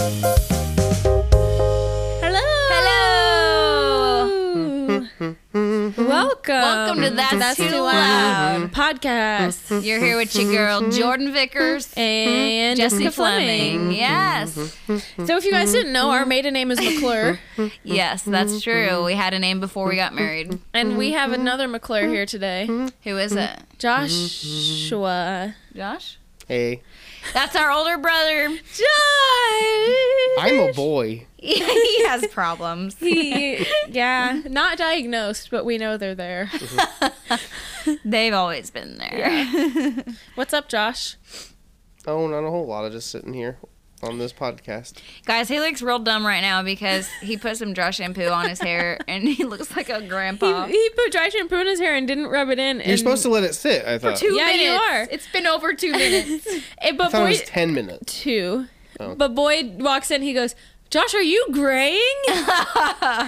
Welcome. Welcome to That's, Too, Loud. podcast. You're here with your girl Jordan Vickers And Jesse Jessica Fleming. Fleming. Yes. So, if you guys didn't know, our maiden name is McClure, Yes, that's true. We had a name before we got married. and we have another McClure here today, Who is it? Joshua. Josh? Hey, That's our older brother. Josh. I'm a boy. he has problems. He- yeah, not diagnosed, but we know they're there. They've always been there. What's up, Josh? Oh, not a whole lot of just sitting here on this podcast. Guys, he looks real dumb right now because he put some dry shampoo on his hair and he looks like a grandpa. He, he put dry shampoo in his hair and didn't rub it in. You're supposed to let it sit. I thought. Two Yeah, you minutes. are. It's been over two minutes. I but thought it boy, was ten minutes. two. Oh. But Boyd walks in. He goes, "Josh, are you graying?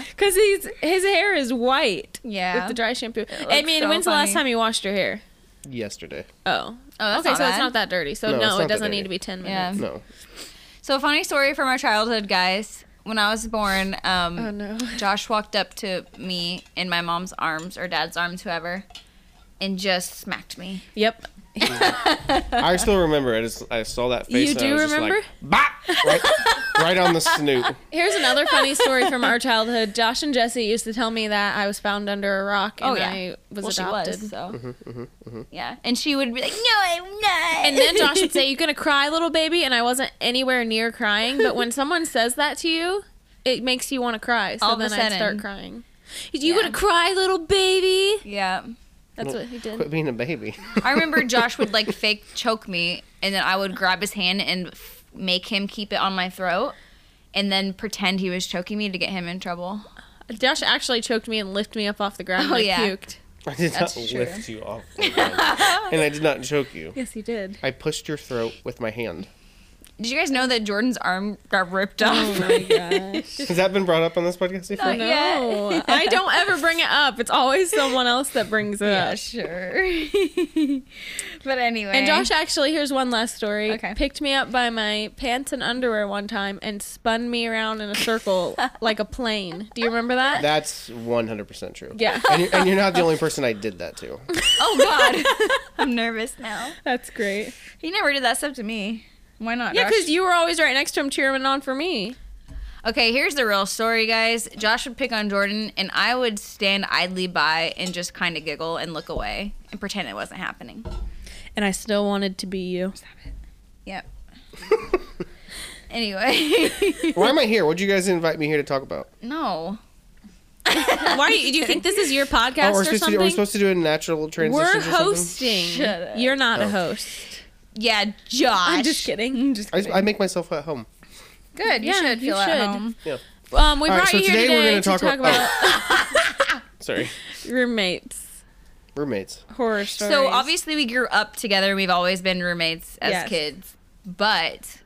Because he's his hair is white yeah. with the dry shampoo. I looks mean, so when's the last funny. time you washed your hair? Yesterday. Oh, oh, that's okay, not so it's bad. not that dirty. So no, No, it's not it that doesn't need dirty. to be ten Yeah. minutes. No. So, funny story from our childhood, guys. When I was born, um, Oh no. Josh walked up to me in my mom's arms or dad's arms, whoever, and just smacked me. Yep. I still remember. I just I saw that face. You and do I was remember? Just like, "Bop!" right, right on the snoot. Here's another funny story from our childhood. Josh and Jesse used to tell me that I was found under a rock and Oh, yeah. I was well, adopted. she was, so. Yeah. And she would be like, no, I'm not. And then Josh would say, "You gonna cry, little baby?" And I wasn't anywhere near crying. But when someone says that to you, it makes you want to cry. So All of a then I'd start sudden. crying. You Yeah. gonna cry, little baby? yeah. That's what he did. Quit being a baby. I remember Josh would like fake choke me, and then I would grab his hand and f- make him keep it on my throat, and then pretend he was choking me to get him in trouble. Josh actually choked me and lifted me up off the ground. and Oh, I yeah. puked. I did That's not true. lift you off, the ground. and I did not choke you. Yes, he did. I pushed your throat with my hand. Did you guys know that Jordan's arm got ripped off? Oh, gosh! Has that been brought up on this podcast before? Not yet. No, I don't ever bring it up. It's always someone else that brings it Yeah, up. sure. but anyway, And Josh actually, here's one last story. Okay. Picked me up by my pants and underwear one time and spun me around in a circle like a plane. Do you remember that? That's 100% true. yeah, And you're, and you're not the only person I did that to. Oh God, I'm nervous now. that's great. He never did that stuff to me. Why not? Yeah, Josh? because you were always right next to him cheering on for me. Okay, here's the real story, guys. Josh would pick on Jordan, and I would stand idly by and just kind of giggle and look away and pretend it wasn't happening. And I still wanted to be you. Yep. anyway, Why am I here? What'd you guys invite me here to talk about? no. Why do you, do you think this is your podcast Oh, we're or supposed, to something? do, are we supposed to do a natural transition? We're or something? Shut hosting. up. You're not a Oh. host. Yeah, Josh. I'm just kidding. I, just- I make myself at home. Good. You Yeah, should you feel should. at home. Um, we All brought right, so you here today, today we're gonna to talk, talk about, about- Sorry, roommates roommates. horror stories. So obviously we grew up together. We've always been roommates as Yes. kids, but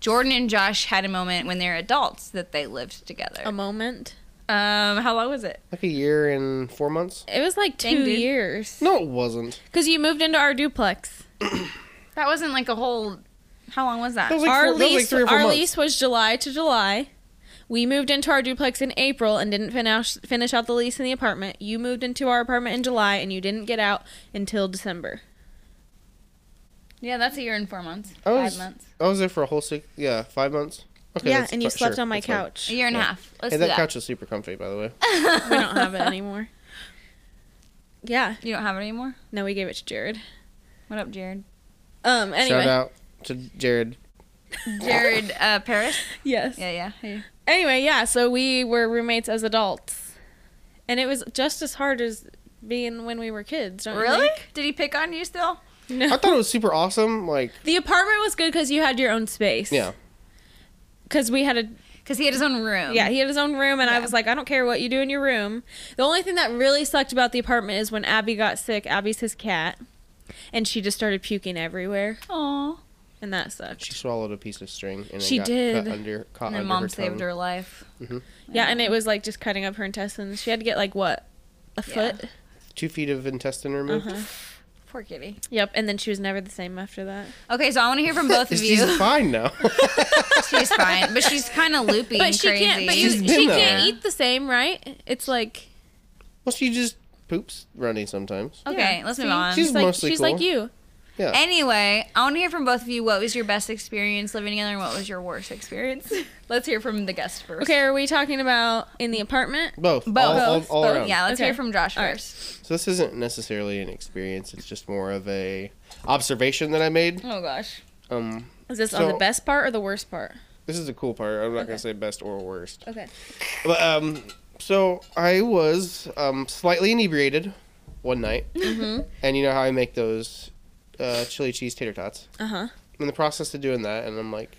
Jordan and Josh had a moment when they were adults that they lived together. a Um, moment. how long was it? Like a year and four months? It was like Dang, two dude. years No, it wasn't. because you moved into our duplex. That wasn't like a whole. How long was that? That was like, our four, that was like lease, three or four our months. lease was July to July. We moved into our duplex in April and didn't finish finish out the lease in the apartment. You moved into our apartment in July and you didn't get out until December. yeah, that's a year and four months. I was- Five months. I was there for a whole six, yeah, five months. Okay, yeah, that's and you fi- slept sure, on my that's fine. couch. A year and a Yeah. half. Let's Hey, do that that. couch is super comfy, by the way. we don't have it anymore. Yeah, You don't have it anymore. no, we gave it to Jared. What up, Jared? Um, anyway, Shout out to Jared. Jared uh, Paris. yes. Yeah, yeah. Hey. Anyway, yeah, so we were roommates as adults, and it was just as hard as being when we were kids. Don't you Really? think? Did he pick on you still? No. I thought it was super awesome. Like, The apartment was good because you had your own space. yeah, Because we had a Because he had his own room. yeah, he had his own room, and I Um, Yeah. was like, I don't care what you do in your room. The only thing that really sucked about the apartment is when Abby got sick. Abby's his cat, and she just started puking everywhere, Aw. and that sucked. she swallowed a piece of string and it She got did. Cut under, caught And then under mom her saved tongue. her life. Yeah, and it was like just cutting up her intestines. She had to get like what a Yeah. Uh-huh. foot. Two feet of intestine removed. Uh-huh. Poor kitty. Yep, and then she was never the same after that. Okay, so I want to hear from both of She's you. fine now. she's fine, but she's kind of loopy. But and she crazy. can't. But you, She's been she there. can't eat the same, right? It's like well, she just poops runny sometimes. Okay, let's move see? on. She's She's like, mostly she's cool. like you. Yeah. Anyway, I want to hear from both of you. What was your best experience living together, and what was your worst experience? Let's hear from the guest first. Okay, are we talking about in the apartment? both. both. All, all, all Both, around. Yeah, let's Okay. hear from Josh All right. first. So this isn't necessarily an experience. It's just more of a observation that I made. Oh gosh. Um, Is this on the So- best part or the worst part? this is the cool part. I'm not Okay. gonna say best or worst. Okay. But, um, so I was um, slightly inebriated one night, Mm-hmm. and you know how I make those uh, chili cheese tater tots. Uh huh. Uh-huh. I'm in the process of doing that, and I'm like,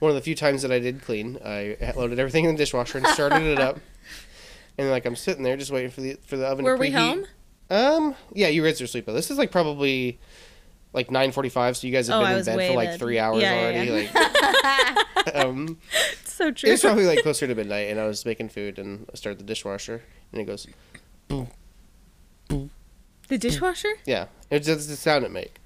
one of the few times that I did clean, I loaded everything in the dishwasher and started it up, and like I'm sitting there just waiting for the for the oven. Were to we preheat. home? Um, yeah, you guys are asleep. But this is like probably like 9:45, so you guys have Oh, I been in was bed way for like dead. three hours Yeah, yeah, already. Like, um, So true. it was probably like closer to midnight, and I was making food, and I started the dishwasher, and it goes, the dishwasher? yeah, it's just the sound it make.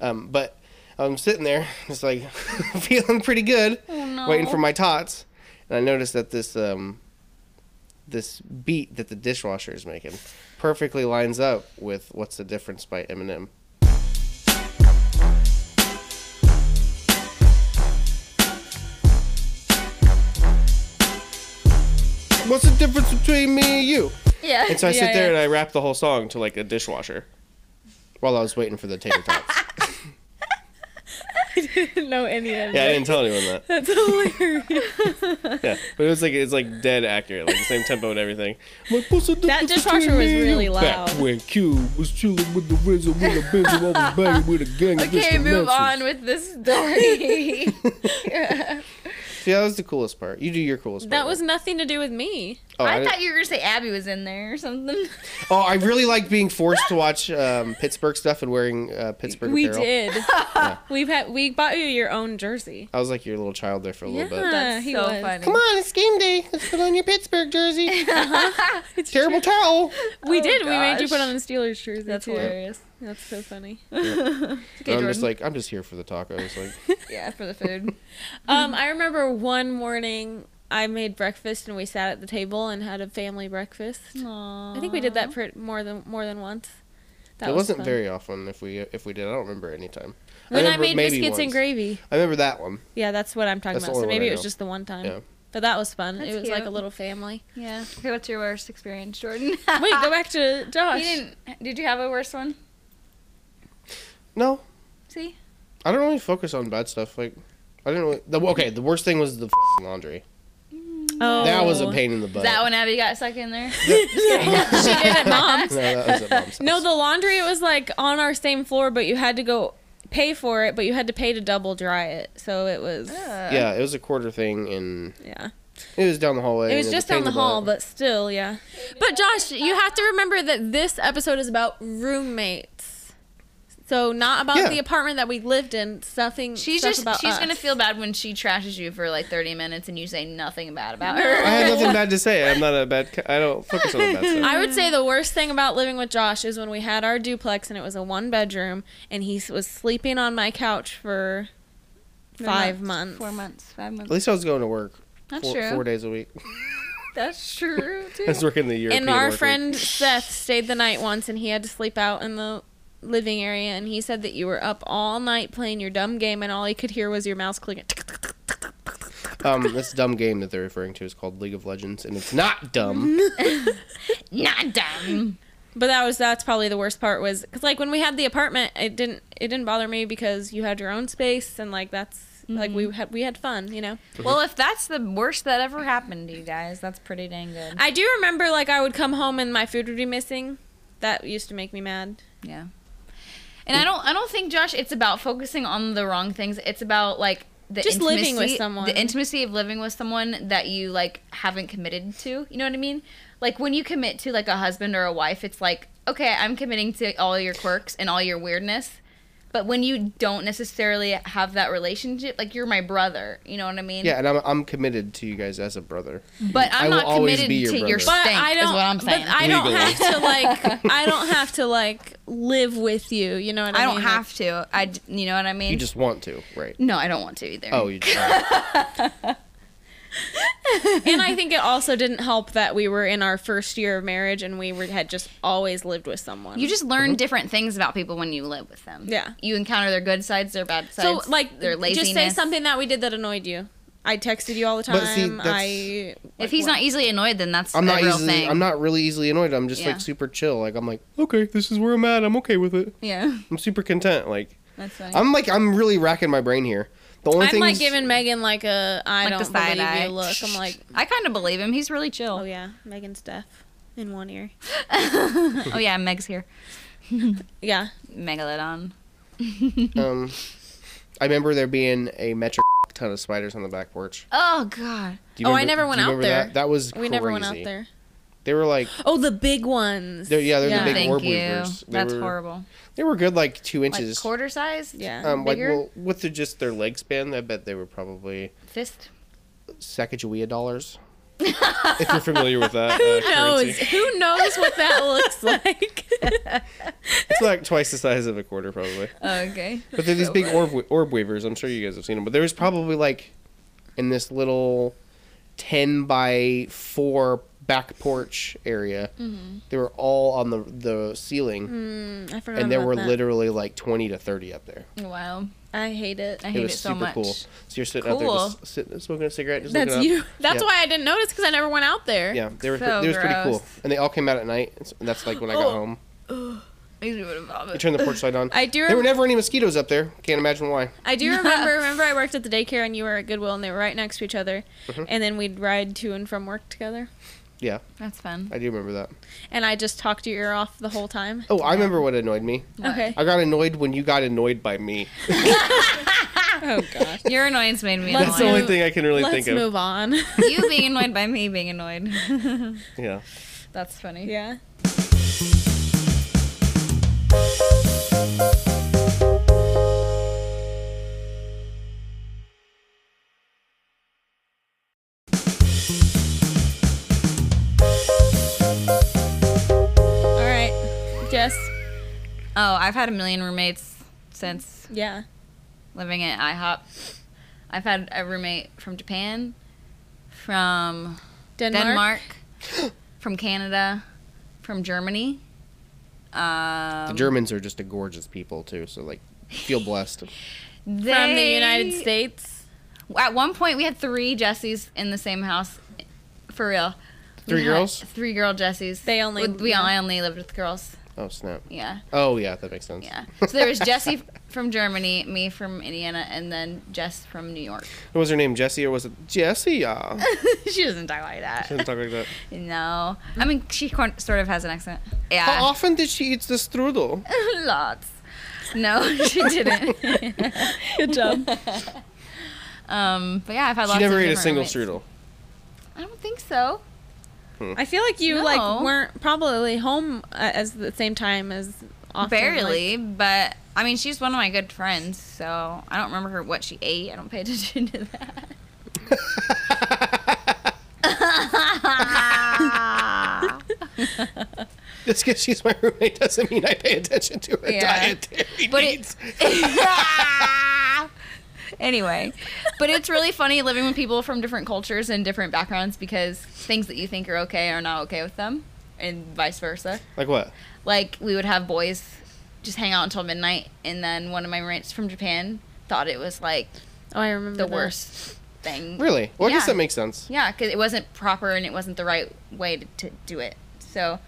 Um, but I'm sitting there, just like feeling pretty good, Oh, waiting Oh. for my tots, and I noticed that this um, this beat that the dishwasher is making perfectly lines up with "What's the Difference" by Eminem. What's the difference between me and you? Yeah. And so I Yeah, sit there yeah. and I rap the whole song to like a dishwasher while I was waiting for the tater tots. I didn't know any of yeah, I it. didn't tell anyone that. That's hilarious. Yeah, but it was like it's like dead accurate, like the same tempo and everything. I'm like, "What's the That difference dishwasher between was me and really you?" loud. Back when Q was chilling with the Rizzo, with the Benzo, I was banging with a gang. of Okay, Mr. move Nelsons. on with this story. See, that was the coolest part. You do your coolest part. that was nothing to do with me. Oh, I, I didn't- thought you were gonna say Abby was in there or something. oh, I really like being forced to watch um, Pittsburgh stuff and wearing uh, Pittsburgh We apparel. did. We've had we bought you your own jersey. I was like your little child there for a little bit. Yeah. That's he so was. funny. Come on, it's game day. Let's put on your Pittsburgh jersey. Uh-huh. It's terrible towel. We Oh, did. We made you gosh. put on the Steelers jersey. That's too. hilarious. That's so funny. Okay, I'm Jordan. just like I'm just here for the tacos. Like yeah, for the food. Um, I remember one morning I made breakfast and we sat at the table and had a family breakfast. Aww. I think we did that for more than more than once. That it was wasn't fun. very often if we if we did. I don't remember any time. When I, remember made maybe biscuits and once. gravy. I remember that one. Yeah, that's what I'm talking That's the about. So only one maybe I it was know. just the one time. Yeah. But that was fun. That's it was like a cute. little family. Yeah. Okay, what's your worst experience, Jordan? Wait, go back to You Josh. didn't. Did you have a worse one? No, See. I don't really focus on bad stuff. Like I didn't. Really, the, okay, the worst thing was the f***ing laundry. Oh, That was a pain in the butt. that one Abby got stuck in there. she did at mom's. No, that was at mom's No, house. the laundry it was like on our same floor, but you had to go pay for it, but you had to pay to double dry it. So it was yeah, it was a quarter thing, and yeah. it was down the hallway. It and was a just pain down in the hall, butt. but still, yeah. But Josh, you have to remember that this episode is about roommates. So not about Yeah. the apartment that we lived in. Something She's stuff just. about She's us. gonna feel bad when she trashes you for like 30 minutes and you say nothing bad about her. I had nothing bad to say. I'm not a bad. c- I don't focus on the bad stuff. I would say the worst thing about living with Josh is when we had our duplex and it was a one bedroom and he s- was sleeping on my couch for five months. Four months. Five months. At least I was going to work. That's four, true. four days a week. That's true too. I was working the European. And our work week. friend Seth stayed the night once and he had to sleep out in the living area and he said that you were up all night playing your dumb game and all he could hear was your mouse clicking. Um, this dumb game that they're referring to is called League of Legends, and it's not dumb. Not dumb. But that was that's probably the worst part was cuz like when we had the apartment it didn't it didn't bother me because you had your own space and like that's like we had we had fun, you know. well, if that's the worst that ever happened to you guys, that's pretty dang good. I do remember like I would come home and my food would be missing. That used to make me mad. Yeah. And I don't. I don't think Josh. It's about focusing on the wrong things. It's about like the Just intimacy, living with someone. The intimacy of living with someone that you like haven't committed to. You know what I mean? Like when you commit to like a husband or a wife, it's like okay, I'm committing to all your quirks and all your weirdness. But when you don't necessarily have that relationship, like you're my brother, you know what I mean? yeah, and I'm I'm committed to you guys as a brother. But I'm I will not always committed be your to your brother. But stink. I don't is what I'm saying. But I don't Legally. have to like I don't have to like live with you, you know what I, I mean? don't Like, have to. I, d- you know what I mean? You just want to, right? no, I don't want to either. Oh, you. Just, and I think it also didn't help that we were in our first year of marriage and we were, had just always lived with someone. You just Mm-hmm. learn different things about people when you live with them. Yeah. You encounter their good sides, their bad so sides. like their laziness. just say something that we did that annoyed you. I texted you all the But time. see, that's- I If he's not easily annoyed, then that's I'm the not real easily. thing. I'm not really easily annoyed. I'm just Yeah. like super chill. Like I'm like, okay, this is where I'm at. I'm okay with it. Yeah, I'm super content. Like that's funny. I'm like I'm really racking my brain here. The only I'm thing like giving Megan like a I Like the don't believe side eye. you look. I'm like, I kind of believe him. He's really oh chill. yeah, Megan's deaf in one ear. Oh yeah, Meg's here. Yeah, Megalodon. um, I remember there being a metric ton of spiders on the back porch. Oh god. Do you Oh, I remember- never went do you out remember there. That, that was we never went out crazy. there. They were like, Oh, the big ones. they're, yeah, they're Yeah. the big Thank orb you. weavers. They That's were, horrible. They were good, like two Like inches. quarter size. Yeah. um, like bigger? well, with the, just their leg span, I bet they were probably Fist. Sacagawea dollars. if you're familiar with that, Who uh, knows? currency. Who knows what that looks like? It's like twice the size of a quarter, probably. Oh, Okay. But they're these big orb we- orb weavers. I'm sure you guys have seen them. But there was probably like in this little ten by four back porch area. They were all on the the ceiling, Mm-hmm. Mm, I forgot. and there about were that. literally like twenty to thirty up there. Wow. I hate it. I It hate was it so super much. cool. So you're sitting out there Cool. just sitting smoking a cigarette. Just That's looking you. up. That's Yeah. why I didn't notice because I never went out there. Yeah, they were. pre- So it was pretty cool, gross. and they all came out at night. and so- And that's like when I got Oh. home. Makes me wanna I vomit. turned the porch light on. I do. there were Rem- never any mosquitoes up there. Can't imagine why. I do remember. Remember, I worked at the daycare and you were at Goodwill, and they were right next to each other. Mm-hmm. And then we'd ride to and from work together. Yeah, That's fun. I do remember that. And I just talked your ear off the whole time. Oh, I remember what annoyed me. Okay. I got annoyed when you got annoyed by me. Oh gosh. Your annoyance made me Let's That's the annoyed. move- only thing I can really Let's think of. move on. you being annoyed by me being annoyed. Yeah. That's funny. yeah. All right, Jess. Oh, I've had a million roommates since Yeah. living at IHOP. I've had a roommate from Japan, from Denmark. Denmark, from Canada, from Germany. Um, The Germans are just a gorgeous people too, so like feel blessed. From the they- United States. At one point, we had three Jessies in the same house, for real. We Three had girls? Three girl Jessies. They only- With- we yeah. I only lived with girls. Oh snap. Yeah, Oh yeah, that makes sense. yeah. So there was Jessie from Germany, me from Indiana, and then Jess from New York. What was her name? Jessie or was it Jessie? Yeah. she doesn't talk like that. Shouldn't talk like that. No, I mean she quite- sort of has an accent. How Yeah, often did she eat the strudel? lots. No, she didn't. Good job. um, but yeah, I've had lots. She never of ate a different single roommates. strudel. I don't think so. I feel like you like No. weren't probably home uh, as the same time as often. like- Barely, but I mean, she's one of my good friends, so I don't remember her what she ate. I don't pay attention to that. Just because she's my roommate doesn't mean I pay attention to her Yeah. dietary But it- needs. anyway, but it's really funny living with people from different cultures and different backgrounds because things that you think are okay are not okay with them, and vice versa. like what? like we would have boys just hang out until midnight and then one of my roommates from japan thought it was like Oh, I remember the that. worst thing Really? Well, I guess Yeah. that makes sense. yeah because it wasn't proper and it wasn't the right way to, to do it so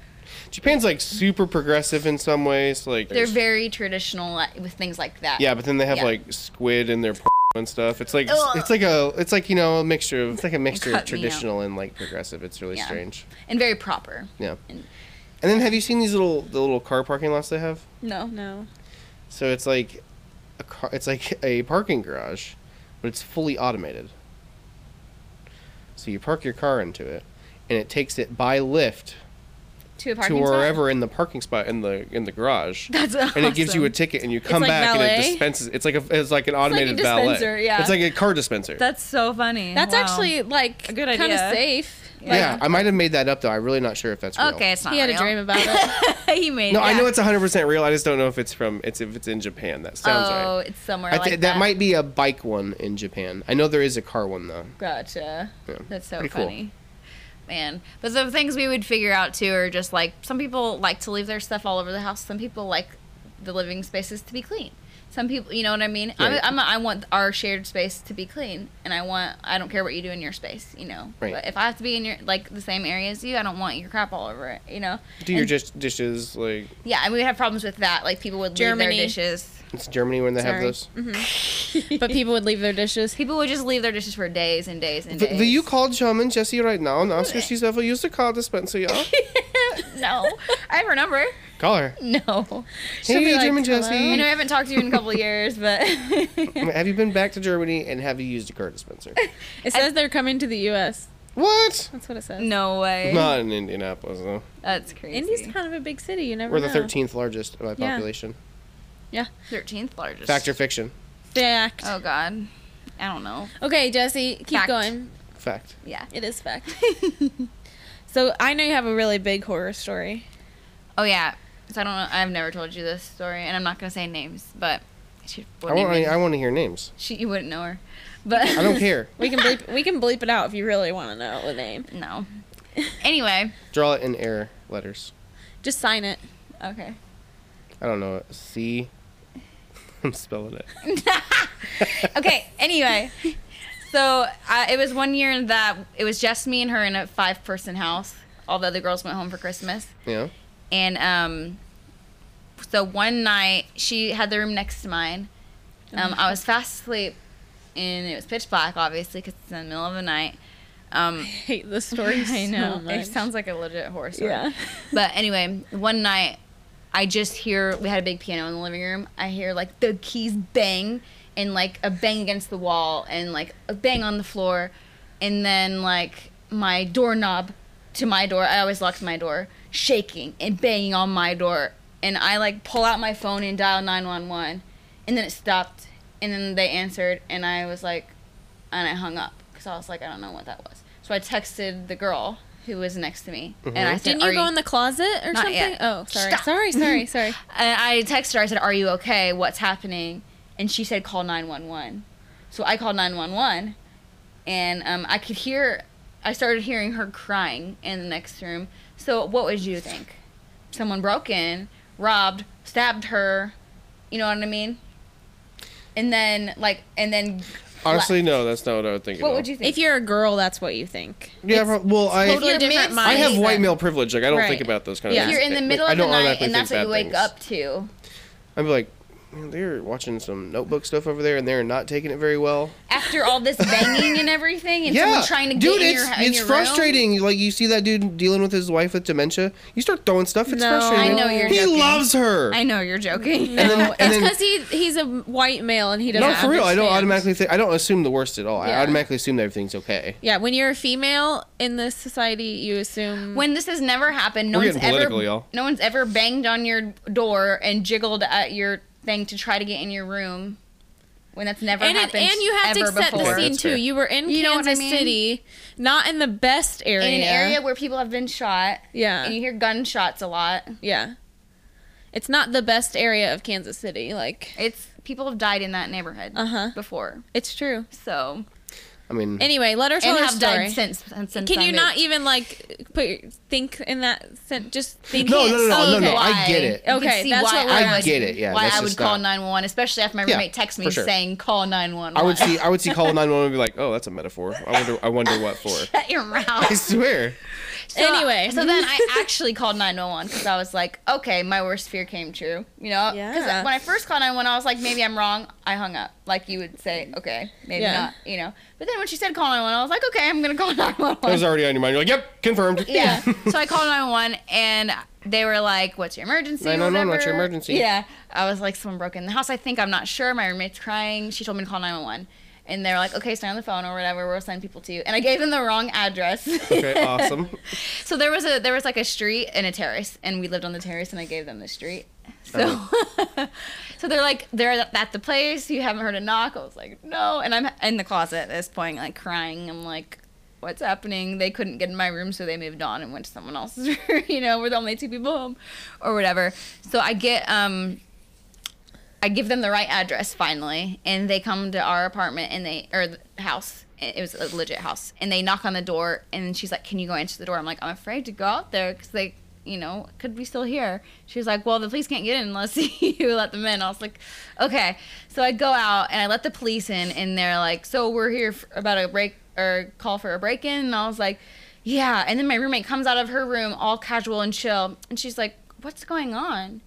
Japan's like super progressive in some ways. Like they're very traditional like, with things like that Yeah, but then they have Yeah. like squid in their and stuff. It's like Ugh. it's like a it's like you know a mixture of it's like a mixture of cut me out. traditional and like progressive. It's really Yeah. strange. and very proper Yeah. And And- then have you seen these little the little car parking lots they have? No, Oh, no. So it's like a car, it's like a parking garage, but it's fully automated. So you park your car into it, and it takes it by lift to a to parking spot. wherever in the parking spot in the in the garage. That's and it gives you a awesome. ticket, and you come like back and it valet. dispenses. It's like a it's like an automated dispenser, valet. yeah. It's like a car dispenser. That's so funny. That's Wow. actually like A good kind of idea. safe. yeah, I might have made that up though. I'm really not sure if that's real. Okay, it's not. he had real. a dream about it. he made. No, it. I Yeah. know it's 100 percent real. I just don't know if it's from it's if it's in Japan. That sounds oh, right. it's somewhere I like thi- that. might be a bike one in Japan. I know there is a car one though. Gotcha. Yeah. That's so Pretty cool. funny. Man, but the things we would figure out too are just like some people like to leave their stuff all over the house. Some people like the living spaces to be clean. Some people, you know what I mean. I'm, Right. I'm a, i am i want our shared space to be clean, and I want I don't care what you do in your space, you know. Right. But if I have to be in your like the same area as you, I don't want your crap all over it, you know. Do your dish, dishes like Yeah, and we would have problems with that. Like people would leave Germany. their dishes. it's Germany when they have Sorry. those. but people would leave their dishes. People would just leave their dishes for days and days and The, days. the you call German Jessie right now and ask if she's ever used a car dispenser. Yeah, no, I have her number. call her. No. Hey, German I know I Jessie, haven't talked to you in a couple of years, but have you been back to Germany and have you used a car dispenser? It says they're coming to the U.S. what? That's what it says. No way. Not in Indianapolis though. that's crazy. Indy's kind of a big city. You never We're know. the 13th largest by Yeah. population. thirteenth largest. Fact or fiction? Fact. Oh God, I don't know. Okay, Jesse, keep Fact. going. Fact. Yeah. It is fact. so I know you have a really big horror story. Oh yeah. So I don't know. I've never told you this story, and I'm not gonna say names, but she I wouldn't want. even, I want to hear names. she you wouldn't know her, but I don't care. We can bleep we can bleep it out if you really want to know the name. no. Anyway. Draw it in air letters. Just sign it. Okay. I don't know. C. I'm spelling it. Okay. Anyway. So I, it was one year that it was just me and her in a five-person house. All the other girls went home for Christmas. Yeah. And um, so one night she had the room next to mine. Um, I was fast asleep, and it was pitch black, obviously, because it's in the middle of the night. Um, I hate this story. I So know much. it sounds like a legit horror story. yeah. But anyway, one night I just hear we had a big piano in the living room. I hear like the keys bang and like a bang against the wall and like a bang on the floor and then like my doorknob to my door. I always locked my door, shaking and banging on my door. And I like pull out my phone and dial 911 and then it stopped and then they answered and I was like and I hung up cuz I was like I don't know what that was. So I texted the girl who was next to me and I said Didn't you "Are go in the closet or Not something? yet. Oh, sorry. Stop. Sorry, sorry, sorry. And I texted her. I said, "Are you okay? What's happening?" And she said, "Call 911." So I called 911, and um, I could hear. I started hearing her crying in the next room. So what would you think? Someone broke in, robbed, stabbed her. You know what I mean? And then like, and then Honestly, no. That's not what I would think. at what all. would you think? If you're a girl, that's what you think. Yeah. prob- well, I. totally you're different mid- mind. I have white then. male privilege. Like I don't Right. think about those kind Yeah. of. If things. you're in the Like, middle I of the don't night automatically and that's think what you bad wake things. up to, I'd be like, man, they're watching some notebook stuff over there, and they're not taking it very well. after all this banging and everything, and yeah, someone trying to get dude, in it's your, in it's your room. frustrating. Like you see that dude dealing with his wife with dementia. You start throwing stuff. It's No. frustrating. I know you're He joking. loves her. I know you're joking. No, then- and it's then- because he he's a white male and he doesn't. no, for real. I don't understand. automatically think. I don't assume the worst at all. Yeah. I automatically assume that everything's okay. Yeah, when you're a female in this society, you assume When this has never happened, no We're one's getting political, ever y'all. no one's ever banged on your door and jiggled at your thing to try to get in your room. When that's never and, it, happened, and you have to ever accept before. the scene That's too. fair. You were in You know what I Kansas mean? City, not in the best area. in an area where people have been shot. Yeah. and you hear gunshots a lot. Yeah, it's not the best area of Kansas City. Like It's people have died in that neighborhood Uh-huh. before. it's true. So I mean, Anyway, let her tell and her have story. died since. since Can I've you been- not even like put your- think in that sense? Just think. No, no, Oh, no, no, no, no. okay. I get it. You can Okay, see that's why what we're I at. would- Get it, yeah, why that's I would just call not- 911, especially after my Yeah, roommate texts me for sure. saying, call 911. I would see. I would see call nine one one and be like, oh, that's a metaphor. I wonder. I wonder what for. Shut your mouth. I swear. So- Anyway. so then I actually called 911 because I was like, okay, my worst fear came true. You know, because Yeah. when I first called 911, I was like, maybe I'm wrong. I hung up. Like you would say, okay, maybe Yeah. not. You know, but then when she said call 911, I was like, okay, I'm gonna call It was 911. already on your mind. You're like, yep, confirmed. Yeah. so I called 911 and they were like, what's your emergency? or 911, what's your whatever. emergency? Yeah. I was like, someone broke in the house. I think I'm not sure. My roommate's crying. She told me to call 911. And they're like, okay, stay on the phone or whatever. We'll send people to you. And I gave them the wrong address. Okay, awesome. So there was a there was like a street and a terrace, and we lived on the terrace, and I gave them the street. So, so they're like they're at the place. You haven't heard a knock. I was like, no, and I'm in the closet at this point, like crying. I'm like, what's happening? They couldn't get in my room, so they moved on and went to someone else's. room, you know, we're the only two people home, or whatever. So I get um. I give them the right address finally, and they come to our apartment and they or the house. It was a legit house, and they knock on the door, and she's like, "Can you go answer the door?" I'm like, "I'm afraid to go out there because they, you know, could be still here." She was like, "Well, the police can't get in unless you let them in." I was like, "Okay." So I go out and I let the police in, and they're like, "So we're here f about a break or call for a break-in," and I was like, "Yeah." And then my roommate comes out of her room all casual and chill, and she's like, "What's going on?"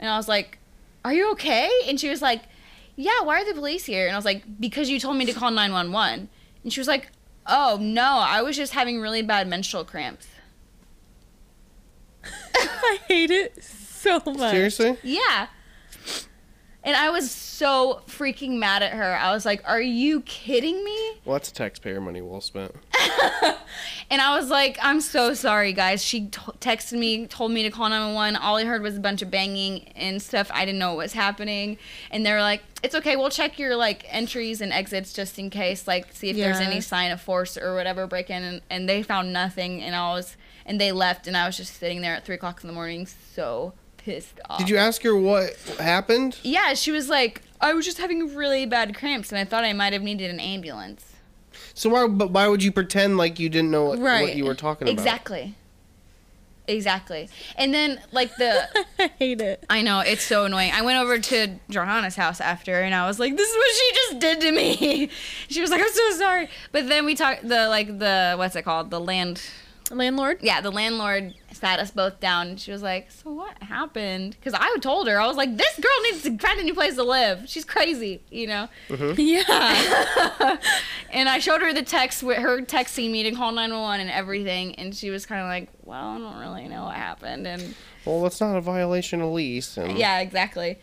And I was like, Are you okay? And she was like, Yeah, why are the police here? And I was like, Because you told me to call 911. And she was like, Oh, no, I was just having really bad menstrual cramps. I hate it so much. Seriously? Yeah. And I was so freaking mad at her. I was like, Are you kidding me? Well, that's taxpayer money well spent. Oh. And I was like, I'm so sorry, guys. She t- texted me, told me to call 911. All I heard was a bunch of banging and stuff. I didn't know what was happening. And they were like, it's okay. We'll check your like entries and exits just in case, like see if there's Yeah. any sign of force or whatever break in. And, and they found nothing. And I was, and they left. And I was just sitting there at three o'clock in the morning, so pissed off. Did you ask her what happened? Yeah, she was like, I was just having really bad cramps, and I thought I might have needed an ambulance. So why? But why would you pretend like you didn't know what, what Right. you were talking about? Exactly. Exactly. And then like the I hate it. I know it's so annoying. I went over to Johanna's house after, and I was like, "This is what she just did to me." she was like, "I'm so sorry." But then we talked the like the what's it called the land Landlord? yeah the landlord sat us both down, and she was like, "So what happened?" Because I told her I was like, "This girl needs to find a new place to live. She's crazy," you know. Hmm? Yeah. and I showed her the text with her texting me to call 911 and everything, and she was kind of like, "Well, I don't really know what happened," and Well, that's not a violation of lease. And yeah, exactly.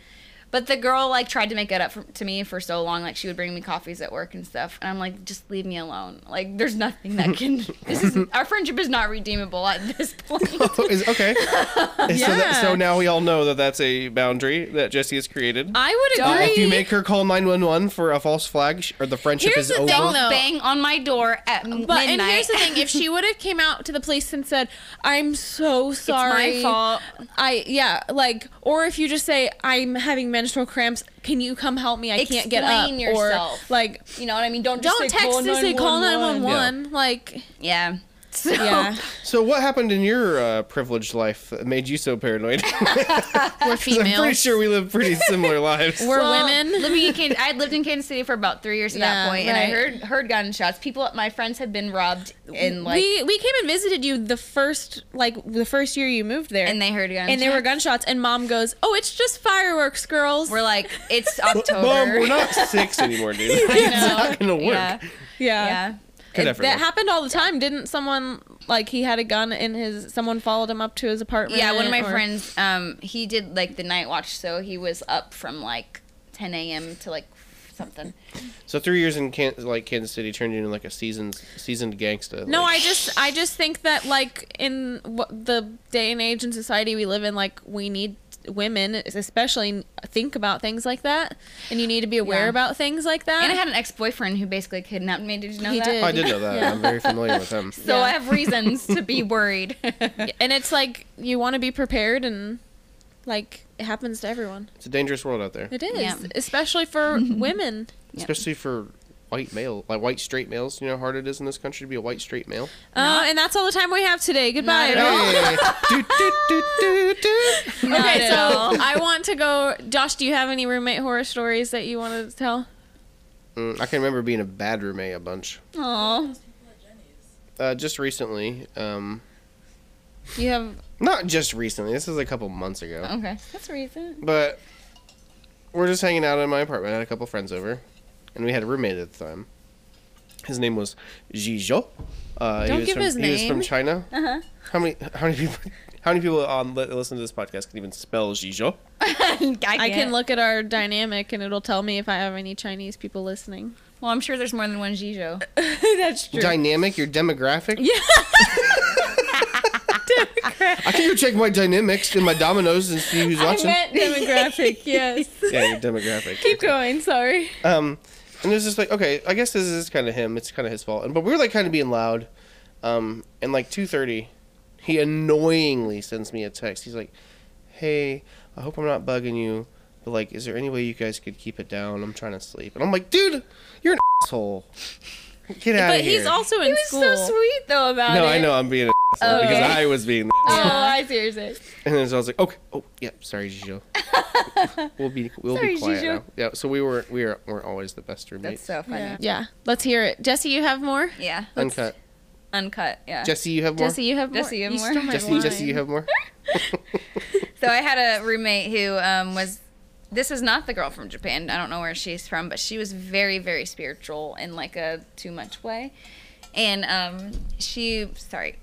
But the girl like tried to make it up for, to me for so long. Like she would bring me coffees at work and stuff, and I'm like, just leave me alone. Like there's nothing that can. this is our friendship is not redeemable at this point. Is- okay. And so, that, so Yeah. now we all know that that's a boundary that Jesse has created. Uh, I would agree. if you make her call 911 for a false flag, sh- or the friendship Here's is the over. thing, Don't though. bang on my door at m- But midnight. and here's the thing: if she would have came out to the police and said, "I'm so sorry, fault." I yeah, like, or if you just say, "I'm having menstrual cramps. Can you come help me? I can't get up." Explain yourself. Or like, you know what I mean? Don't just don't say, text and say call 911. 911. Like, Yeah. So, yeah, So what happened in your uh, privileged life that made you so paranoid? 'Cause we're I'm pretty female. sure we live pretty similar lives. We're Well, women. Uh, Living in Kansas, I had lived in Kansas City for about three years at that Yeah, point, and I right. heard heard gunshots. People, at my friends had been robbed, and like, we we came and visited you the first like the first year you moved there, and they heard gunshots. and there were gunshots. And mom goes, "Oh, it's just fireworks, girls." We're like, it's But, October. Mom, we're not six anymore, dude. I it's know. not gonna work. Yeah. yeah. Good It- effort. that happened all the time. Didn't someone like he had a gun in his? Someone followed him up to his apartment. Yeah, one of my or- friends, um, he did like the night watch, so he was up from like 10 a.m. to like something. so three years in Can- like Kansas City turned you into like a seasoned seasoned gangsta. No, like, I just I just think that like in what the day and age and society we live in, like we need women, especially think about things like that, and you need to be aware Yeah. about things like that. And I had an ex boyfriend who basically kidnapped me. Did you know He that? did. I did know that. Yeah. I'm very familiar with them. So Yeah. I have reasons to be worried. and it's like you want to be prepared, and like it happens to everyone. It's a dangerous world out there, It is, Yeah. especially for women. especially for white male, like white straight males. You know how hard it is in this country to be a white straight male. Uh, and that's all the time we have today. Goodbye. at all. Hey! do, do, do, do, do. Not Okay, at so all. I want to go. Josh, do you have any roommate horror stories that you want to tell? Mm, I can remember being a bad roommate a bunch. Aw. Uh, just recently, um, You have not just recently. This is a couple months ago. Oh. Okay. That's a reason. But we're just hanging out in my apartment. I had a couple friends over, and we had a roommate at the time. His name was Zhizhou. Uh, he Don't was give from, his He was from name. China. Uh-huh. How many? How many people? How many people on that listen to this podcast can even spell Zizhou? I can can't. look at our dynamic and it'll tell me if I have any Chinese people listening. Well, I'm sure there's more than one Jijo. That's true. Dynamic, your demographic. yeah. I can go check my dynamics and my dominoes and see who's I watching. meant demographic, yes. yeah, your demographic. Keep going, sorry. Um, and it was just like, okay, I guess this is kind of him. It's kind of his fault. And but we were like kind of being loud. Um, and like two thirty, he annoyingly sends me a text. He's like, "Hey, I hope I'm not bugging you, but like, is there any way you guys could keep it down? I'm trying to sleep." And I'm like, "Dude, you're an asshole. Get out But of here." he's also in He was school. so sweet though about no, it. I know I'm being an asshole Okay. because I was being. the Oh, Yeah. asshole. I see what you're saying. And then so I was like, "Okay, oh yeah, sorry, Gijo. we'll be we'll Sorry, be quiet Gijo. now." Yeah. So we were we were, weren't always the best That's roommates. so funny. Yeah. let's hear it. Jesse, you have more? Yeah. Let's- Uncut. Uncut. Yeah. Jesse, you have more. Jesse, you have more. Jesse, you have more? stole my Jesse, Jesse, you line. have more. So I had a roommate who um, was. This is not the girl from Japan. I don't know where she's from, but she was very, very spiritual in like a too much way. And um, she, sorry,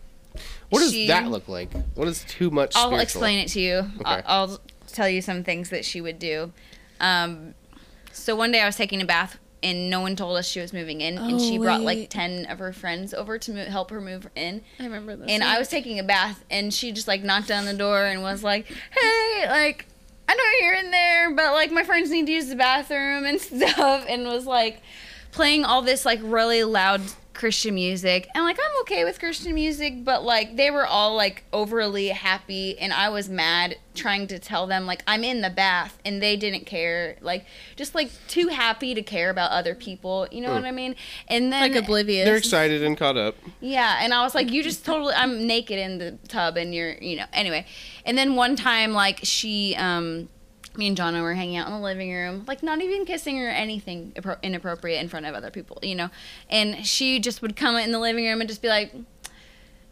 What does She- that look like? What is too much? I'll spiritual? explain it to you. Okay. I'll, I'll tell you some things that she would do. Um, so one day I was taking a bath and no one told us she was moving in, and she Oh, brought wait. like ten of her friends over to mo- help her move in. I remember this. And I was taking a bath, and she just like knocked on the door and was like, "Hey, like, I know you're in there, but like my friends need to use the bathroom and stuff," and was like playing all this like really loud Christian music. And like I'm okay with Christian music, but like they were all like overly happy, and I was mad trying to tell them like I'm in the bath, and they didn't care. Like just like too happy to care about other people. You know what I mean? And then like oblivious. They're excited and caught up. yeah, and I was like, you just totally. I'm naked in the tub, and you're, you know. Anyway, and then one time, like she, um, me and Jonna were hanging out in the living room, like not even kissing or anything appro- inappropriate in front of other people, you know. And she just would come in the living room and just be like,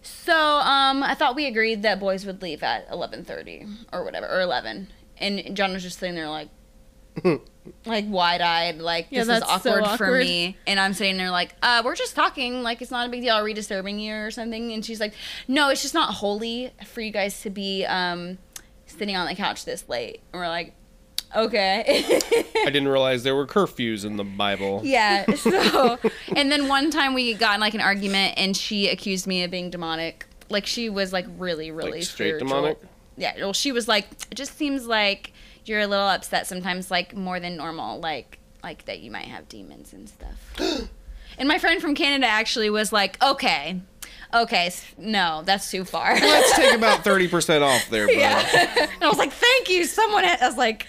"So, um, I thought we agreed that boys would leave at 11:30 or whatever, or 11." And Jonna was just sitting there like. Like wide eyed, like Yeah, this is that's so awkward, for awkward. me. And I'm sitting there like, uh, we're just talking, like it's not a big deal. Are we disturbing you or something? And she's like, No, it's just not holy for you guys to be um sitting on the couch this late. And we're like, Okay. I didn't realize there were curfews in the Bible. yeah. So and then one time we got in like an argument and she accused me of being demonic. Like she was like really, really Like straight spiritual. demonic. Yeah. Well she was like, It just seems like you're a little upset sometimes, like more than normal, like like that you might have demons and stuff. And my friend from Canada actually was like, okay, okay, s- no, that's too far. and Let's take about thirty percent off there, bro. I was like, thank you, someone. ha-" I was like,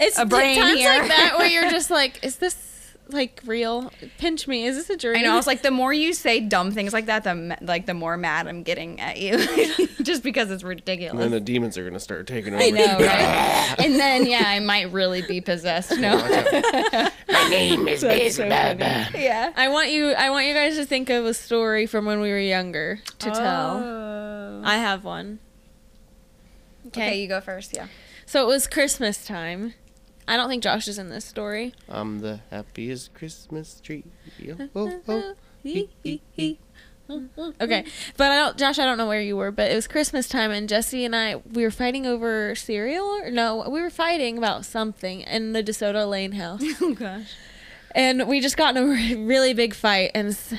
it's a brain times here. like that where you're just like, is this like real? Pinch me. Is this a dream? I know. I was like, the more you say dumb things like that, the ma- like the more mad I'm getting at you, just because it's And then ridiculous. the demons are gonna start taking over. I know, right? and then yeah, I might really be possessed. No, My name is That's so Beelzebub. yeah. I want you. I want you guys to think of a story from when we were younger to Oh. tell. I have one. Okay. you go first. Yeah. So it was Christmas time. I don't think Josh is in this story. I'm the happiest Christmas tree. Oh, oh, oh. Okay, but I don't, Josh. I don't know where you were, but it was Christmas time, and Jesse and I we were fighting over cereal. Or, no, we were fighting about something in the Desoto Lane house, Oh gosh. and we just got in a re- really big fight. And s-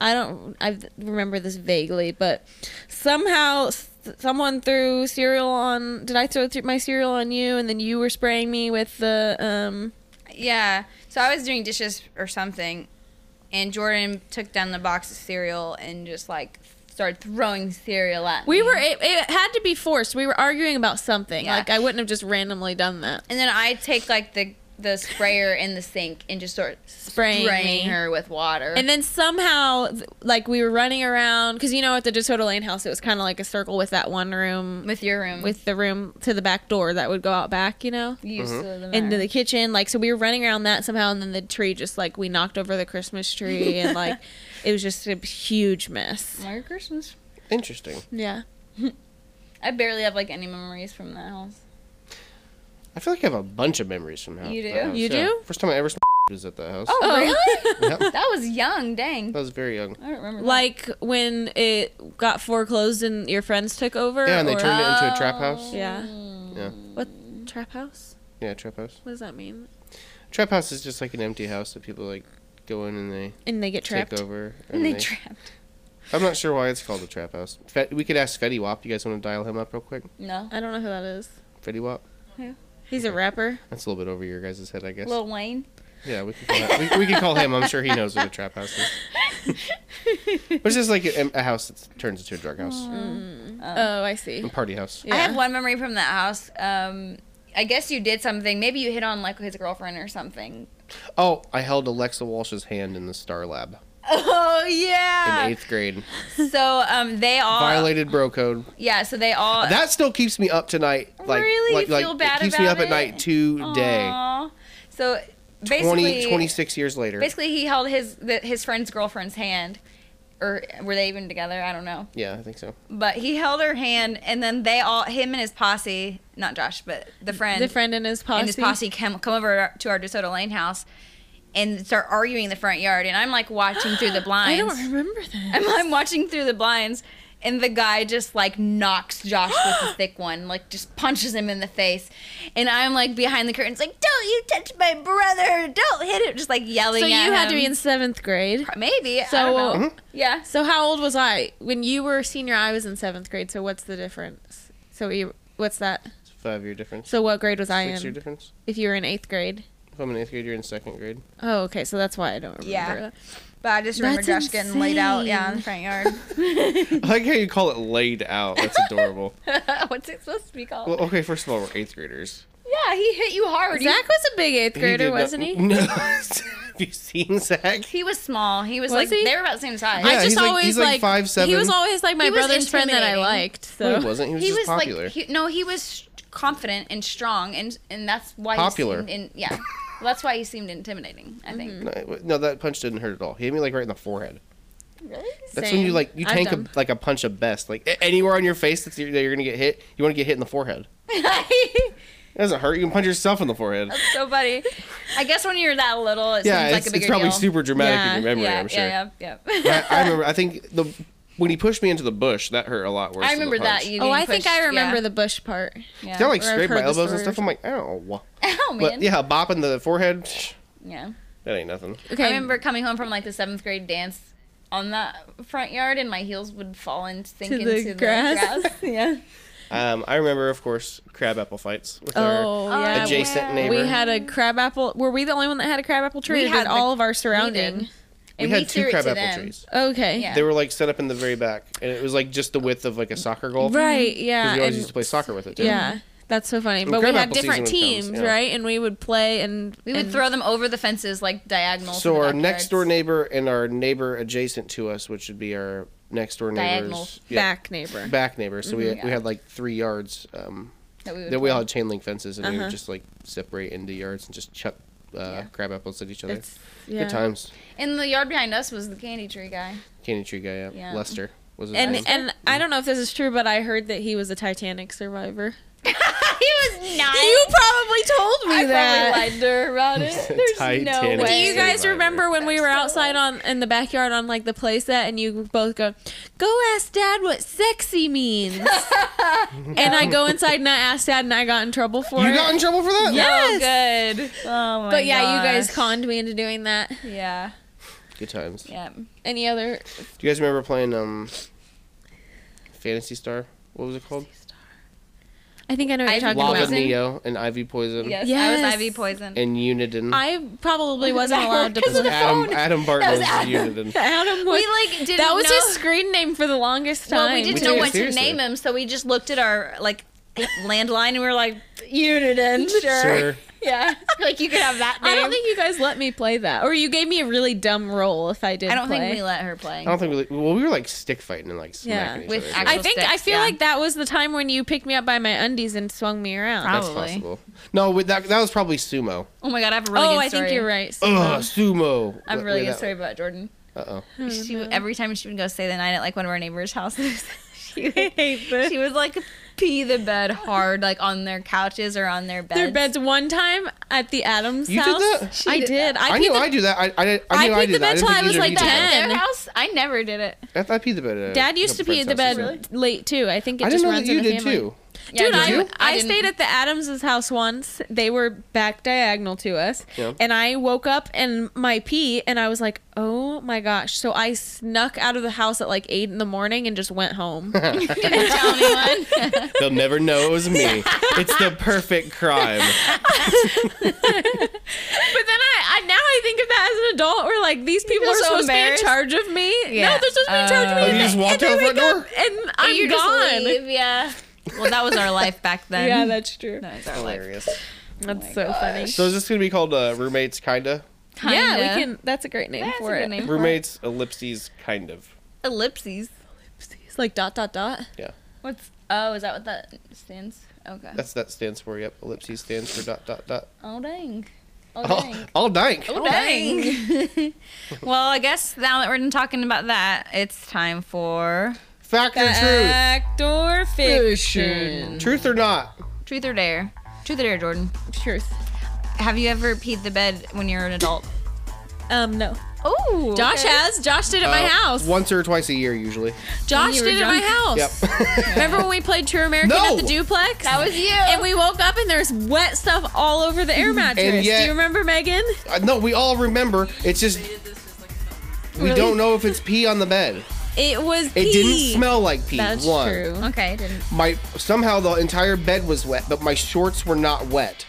I don't, I remember this vaguely, but somehow s- someone threw cereal on. Did I throw th- my cereal on you, and then you were spraying me with the um? Yeah. So I was doing dishes or something, and Jordan took down the box of cereal and just like started throwing cereal at We me. were it, it had to be forced. We were arguing about something. Yeah. Like I wouldn't have just randomly done that. And then I take like the the sprayer in the sink and just start Spraying spraying, me. her with water. And then somehow, th- like we were running around because you know at the DeSoto Lane house, it was kind of like a circle with that one room with, with your room, the room to the back door that would go out back, you know, Mm-hmm. you used to the into the kitchen. Like so, we were running around that somehow, and then the tree just like we knocked over the Christmas tree, and like it was just a huge mess. Merry Christmas. Interesting. Yeah, I barely have like any memories from that house. I feel like I have a bunch of memories from that. You do? that house, You yeah. do? First time I ever smelled was at that house. Oh, really? Yep. that was young. Dang. I was very young. I don't remember. that. Like when it got foreclosed and your friends took over. Yeah, and they or- turned it into a trap Oh. house. Yeah. Yeah, What trap house? yeah, trap house. What does that mean? Trap house is just like an empty house that people like go in and they And they get trapped. take over. And they they- trapped. I'm not sure why it's called a trap house. Fet- we could ask Fetty Wap. You guys want to dial him up real quick? No. I don't know who that is. Fetty Wap. He's a rapper. That's a little bit over your guys' head, I guess. Lil Wayne. yeah, we could, call that- we, we could call him. I'm sure he knows what a trap house is. But it's just like a, a house that turns into a drug house, Oh, I see. a party house. Yeah. I have one memory from that house. Um, I guess you did something. Maybe you hit on like his girlfriend or something. Oh, I held Alexa Walsh's hand in the Star Lab Oh in yeah. eighth grade. So um, they all Violated bro code. Yeah. So they all. That still keeps me up tonight. Like, Really? You like, like, feel bad It keeps me about up at it? night today. Aw. So basically, 20, 26 years later. basically he held his the, his friend's girlfriend's hand, or were they even together? I don't know. Yeah, I think so. But he held her hand, and then they all, him and his posse, not Josh, but the friend, the friend and his posse. and his posse come come over to our DeSoto Lane house, and start arguing in the front yard. And I'm like watching through the I blinds. don't remember that. I'm, I'm watching through the blinds, and the guy just like knocks Josh with the thick one, like just punches him in the face. And I'm like behind the curtains, like, don't you touch my brother, don't hit him, just like yelling so at you had to him. be in seventh grade. Maybe. So, So- Mm-hmm. yeah. So how old was I when you were a senior? I was in seventh grade. So what's the difference? So you, what's that? It's a five year difference. So what grade was I Six year in? difference. If you were in eighth grade. If I'm in eighth grade, you're in second grade. Oh, okay. So that's why I don't remember. Yeah. that. But I just remember Josh That's getting laid out, yeah, in the front insane. yard. I like how you call it laid out. That's adorable. What's it supposed to be called? well, okay, first of all, we're eighth graders. yeah, he hit you hard. You- Zach was a big eighth He grader, did not- wasn't he? No. Have you seen Zach? he was small. He was, Was like he? they were about the same size. I Yeah, just he's like- always he's like like, five, He seven. was always like my He was brother's friend that I intimidating. liked. No, So he wasn't. He was he just was popular. like he, no, he was confident and strong, and and that's why Popular. He seemed in, yeah, that's why he seemed intimidating. I think. No, it- no, that punch didn't hurt at all. He hit me like right in the forehead. Really? That's when you Same. like you I've tank a, done- like a punch of best. Like a- anywhere on your face that's you're, that you're gonna get hit, you want to get hit in the forehead. It doesn't hurt. You can punch yourself in the forehead. so funny. I guess when you're that little, it Yeah, seems like it's, a it's bigger probably deal. super dramatic Yeah, in your memory. yeah, I'm sure. yeah, yeah, yeah. I, I remember. I think the when he pushed me into the bush, that hurt a lot worse. I than the remember that. punch. You Oh, being I think pushed, I remember yeah. the bush part. Yeah. They like Or I've scraped my heard the elbows and story or stuff. I'm like, ow. Ow, Oh, man. But yeah, bop in the forehead. psh, yeah. That ain't nothing. Okay. I remember coming home from like the seventh grade dance on the front yard, and my heels would fall and sink To the into grass. the grass. yeah. Um, I remember, of course, crab apple fights with Oh our yeah. adjacent wow. neighbor. We had a crab apple. Were we the only one that had a crab apple tree? We or had did the- all of our We surrounding? did. We And had we two threw it crab to apple them. trees. Okay. Yeah. They were like set up in the very back, and it was like just the width of like a soccer goal. Right. Yeah. Because we always and- used to play soccer with it. Too. yeah. That's so funny. When But we crab had apple season different comes, teams, yeah. right? And we would play and We would and- throw them over the fences like diagonal. to So the our backyards. next door neighbor and our neighbor adjacent to us, which would be our next door Diagonal. neighbors, yeah, back neighbor. Mm-hmm. back neighbor. So we had, Mhm. we had like three yards. Um, that we, would then we all play. had chain link fences, and we Uh-huh. would just like separate into yards and just chuck uh, Yeah. crab apples at each other. It's yeah. Good times. And the yard behind us was the candy tree guy. Candy tree guy, yeah. Yeah. Lester was his And name. and I don't know if this is true, but I heard that he was a Titanic survivor. he was not. you probably told me I that. probably lied to her about it. There's Titanic. no Do way. you guys Survivor. remember when we were So- outside on in the backyard on like the playset and you both go, "Go ask dad what sexy means." and I go inside and I asked dad and I got in trouble for you it. got in trouble for that? Yeah. Oh, good. Oh my but yeah, you guys gosh. conned me into doing that. Yeah. Good times. Yeah. Any other Do you guys remember playing um, Fantasy Star? What was it called? I think I know what you're talking Ivy Lava about. Poison? Neo and Ivy Poison Yes. I was Yes. Ivy Poison. and Uniden. I probably wasn't That allowed to was play. the Adam phone. Adam Barton That was was Uniden. Adam was, we like didn't that was know. his screen name for the longest time. Well, we didn't We know took it what to seriously. name him, so we just looked at our like landline and we were like, Uniden, sure. Sure. Yeah. like you could have that name. I don't think you guys let me play that, or you gave me a really dumb role if I did. I don't play. think we let her play. I don't think we like, well we were like stick fighting and like smacking Yeah. each With other. I actual- think I sticks, feel yeah. like that was the time when you picked me up by my undies and swung me around. Probably. That's possible. No, with that that was probably sumo. Oh my god, I have a really oh, good I story. think you're right. Ugh, sumo. I have a really good story about Jordan. Uh oh. She every time she would go stay the night at like one of our neighbors' houses. she, I hate this. she would like pee the bed hard, like on their couches or on their beds. Their beds one time at the Adams You did house. that? She I did did. that. I, I peed knew the- I do that. I, I, did- I I knew I peed the did that. bed I didn't till I think was either of like you did At that. their 10. house? I never did it. I, I peed the bed. At a Dad used to couple pee at the friends' bed houses. late too. I think it I just didn't know runs that you in the did family. too. Yeah, Dude, did I, you? I I, didn't- stayed at the Adams' house once. They were back diagonal to us. Yeah. And I woke up and my pee, and I was like, oh my gosh. So I snuck out of the house at like 8 in the morning and just went home. Didn't tell anyone. They'll never know it was me. it's the perfect crime. But then I, I now I think of that as an adult where like these people feel are so supposed to be in embarrassed. charge of me. Yeah. No, they're supposed to be in charge of me. Oh, you and just they- walked and they out the wake front up and I'm you just gone. leave, yeah. Well, that was our life back then. yeah, that's true. that was our life. Hilarious. That's my so funny. So is this gonna be called uh, roommates kind of? Yeah, we Kinda. can. That's a great name That's a for good it. name. Roommates ellipses kind of. Ellipses. It's like dot dot dot. What's oh, is that what that stands? Okay. That's that stands for. Yep. Ellipses stands for dot dot dot. oh dang. Oh All, dang. all dank. Oh dang. well, I guess now that we're done talking about that, it's time for Fact or truth? Actor fiction. Truth or not? truth or dare. Truth or dare, Jordan. Truth. Have you ever peed the bed when you're an adult? Um, no. Oh, Josh has. Josh did at my Uh, house. Once or twice a year usually. Josh you were did at my drunk. house. Yep. Remember when we played True American No! at the duplex? That was you. and we woke up and there's wet stuff all over the air mattress. yet- Do you remember, Megan? Uh, no, we all remember. It's just we don't know if it's pee on the bed. It was pee. It didn't smell like pee. That's one. true. okay, didn't. My somehow the entire bed was wet, but my shorts were not wet.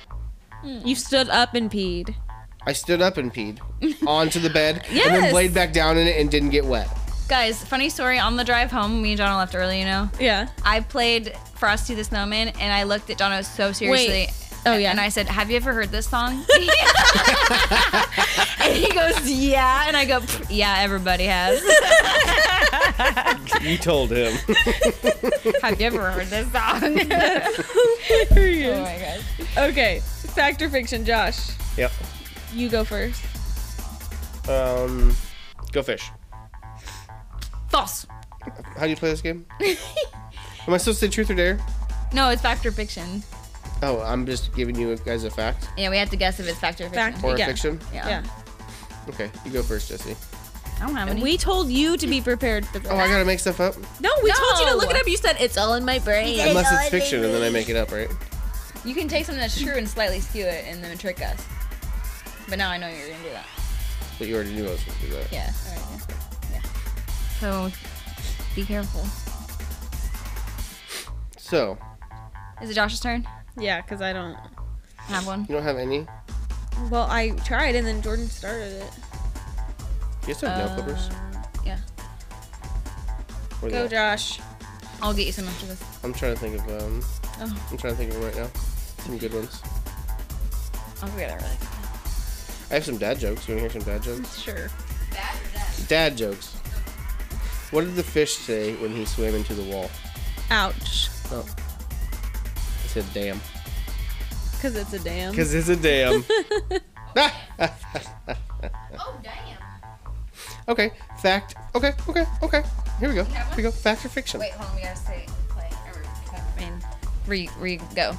You stood up and peed. I stood up and peed onto the bed and Yes. then laid back down in it and didn't get wet. Guys, funny story. On the drive home, me and Donna left early. You know, Yeah. I played Frosty the Snowman, and I looked at Donna so seriously. Oh, yeah. And I said, "Have you ever heard this song?" and he goes, "Yeah," and I go, "Pff, "Yeah, everybody has." You told him. Have you ever heard this song? oh my gosh. Okay. Fact or fiction, Josh? yep. You go first. Um, go fish. False. How do you play this game? Am I supposed to say truth or dare? No, it's fact or fiction. Oh, I'm just giving you guys a fact Yeah, we have to guess if it's fact or fiction. Fact. or Yeah. a fiction. Yeah. Yeah. Okay, you go first, Jesse. I don't have any. We told you to be prepared for this. Oh, I gotta make stuff up no, we told you to No. look it up. You said it's all in my brain. unless it's fiction, and then I make it up, right? you can take something that's true and slightly skew it and then trick us. But now I know you're gonna do that. But you already knew I was gonna do that. Yeah. All right, yeah. yeah. So be careful. So Is it Josh's turn? Yeah, because I don't. Have one. you don't have any? Well, I tried and then Jordan started it. You still have Uh, nail clippers? yeah. Where they Go, at? Josh. I'll get you some after this. I'm trying to think of um. Oh. I'm trying to think of them right now. Some good ones. I'll forget it really I have some dad jokes. You wanna hear some dad jokes? Sure. Dad jokes. What did the fish say when he swam into the wall? Ouch. Oh. He said, damn. Because it's a dam. Because it's a dam. Oh damn. okay, fact. Okay, okay, okay. Here we go. Here we go. Fact or fiction? Wait, hold on. We gotta say play. Or, I mean, re re go.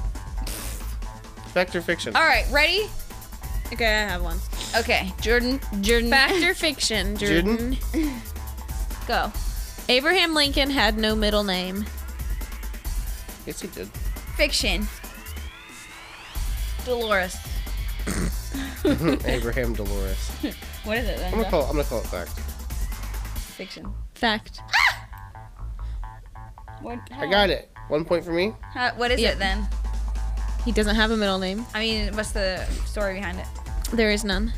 Fact or fiction? All right, ready? Okay, I have one. Okay, Jordan. Jordan. Fact or fiction, Jordan? Jordan? go. Abraham Lincoln had no middle name. Yes, he did. Fiction. Dolores. Abraham Dolores. What is it I'm then? gonna call. I'm gonna call it fact. Fiction. Fact. What? I got it. One point for me. what is Yeah. it then? He doesn't have a middle name. I mean, what's the story behind it? There is none.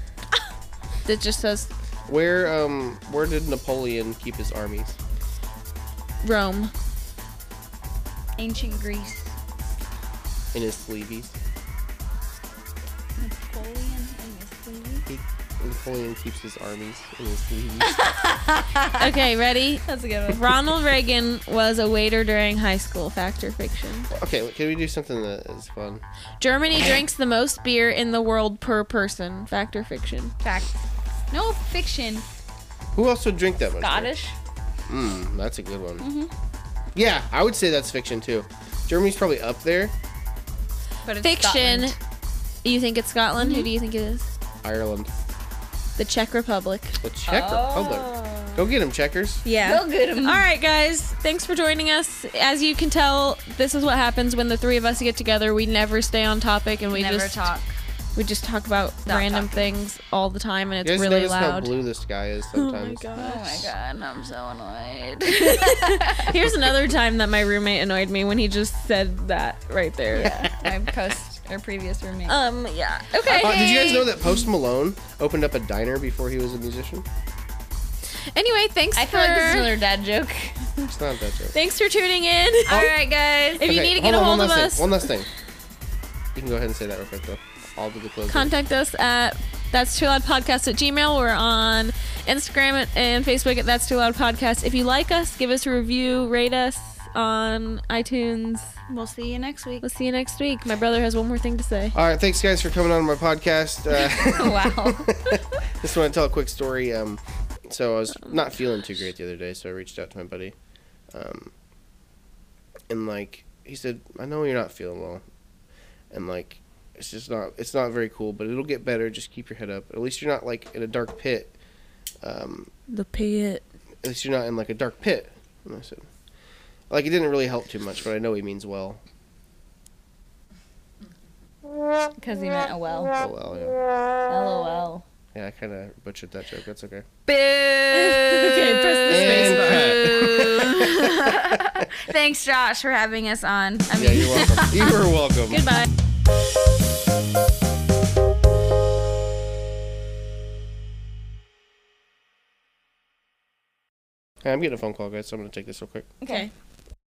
It just says Where um where did Napoleon keep his armies? Rome. Ancient Greece. In his sleeves. Napoleon and his sleeves. He, Napoleon keeps his armies in his sleeves. Okay, ready? That's a good one. Ronald Reagan was a waiter during high school. Fact or fiction? okay, look, can we do something that is fun? Germany drinks the most beer in the world per person. Fact or fiction? Fact. No fiction. Who else would drink that much? Hmm, beer? Scottish. Mm-hmm. Mm, that's a good one. Yeah, I would say that's fiction too. Germany's probably up there. But it's Fiction. Scotland. You think it's Scotland? Mm-hmm. Who do you think it is? Ireland. The Czech Republic. The Czech Oh. Republic. Go get them, checkers. Yeah. Go get 'em. All right, guys. Thanks for joining us. As you can tell, this is what happens when the three of us get together. We never stay on topic, and we Never just talk. we just talk about random talking. things all the time, and it's You guys really notice how loud. blue the sky is sometimes. Oh my god, I'm so annoyed. Here's another time that my roommate annoyed me when he just said that right there. my post or previous roommate. Um. Yeah. Okay. Uh, did you guys know that Post Malone opened up a diner before he was a musician? Anyway, thanks I for feel like this is another dad joke. Oh. It's not that joke. thanks for tuning in. All right, guys. If you Okay, need to get a on, hold one of last us, Thing, one last thing. You can go ahead and say that real quick, though. All the closing. contact us at that's too loud podcast at gmail we're on instagram and facebook at that's too loud podcast if you like us give us a review rate us on itunes We'll see you next week. we'll see you next week my brother has one more thing to say All right, thanks guys for coming on my podcast. Uh, Wow. just want to tell a quick story. Um, so I was Oh not feeling too great the other day, so I reached out to my buddy, um, and like he said, "I know you're not feeling well, and like it's just not it's not very cool, but it'll get better. Just keep your head up. At least you're not like in a dark pit. Um, the pit at least you're not in like a dark pit." And I said, "Like it didn't really help too much, but I know he means well. Because he meant a well. Oh well, yeah, LOL. yeah I kind of butchered that joke. That's okay." okay press the space And cut. Thanks, Josh, for having us on. I mean, Yeah, you're welcome. you were welcome. goodbye Hey, I'm getting a phone call, guys, so I'm going to take this real quick. okay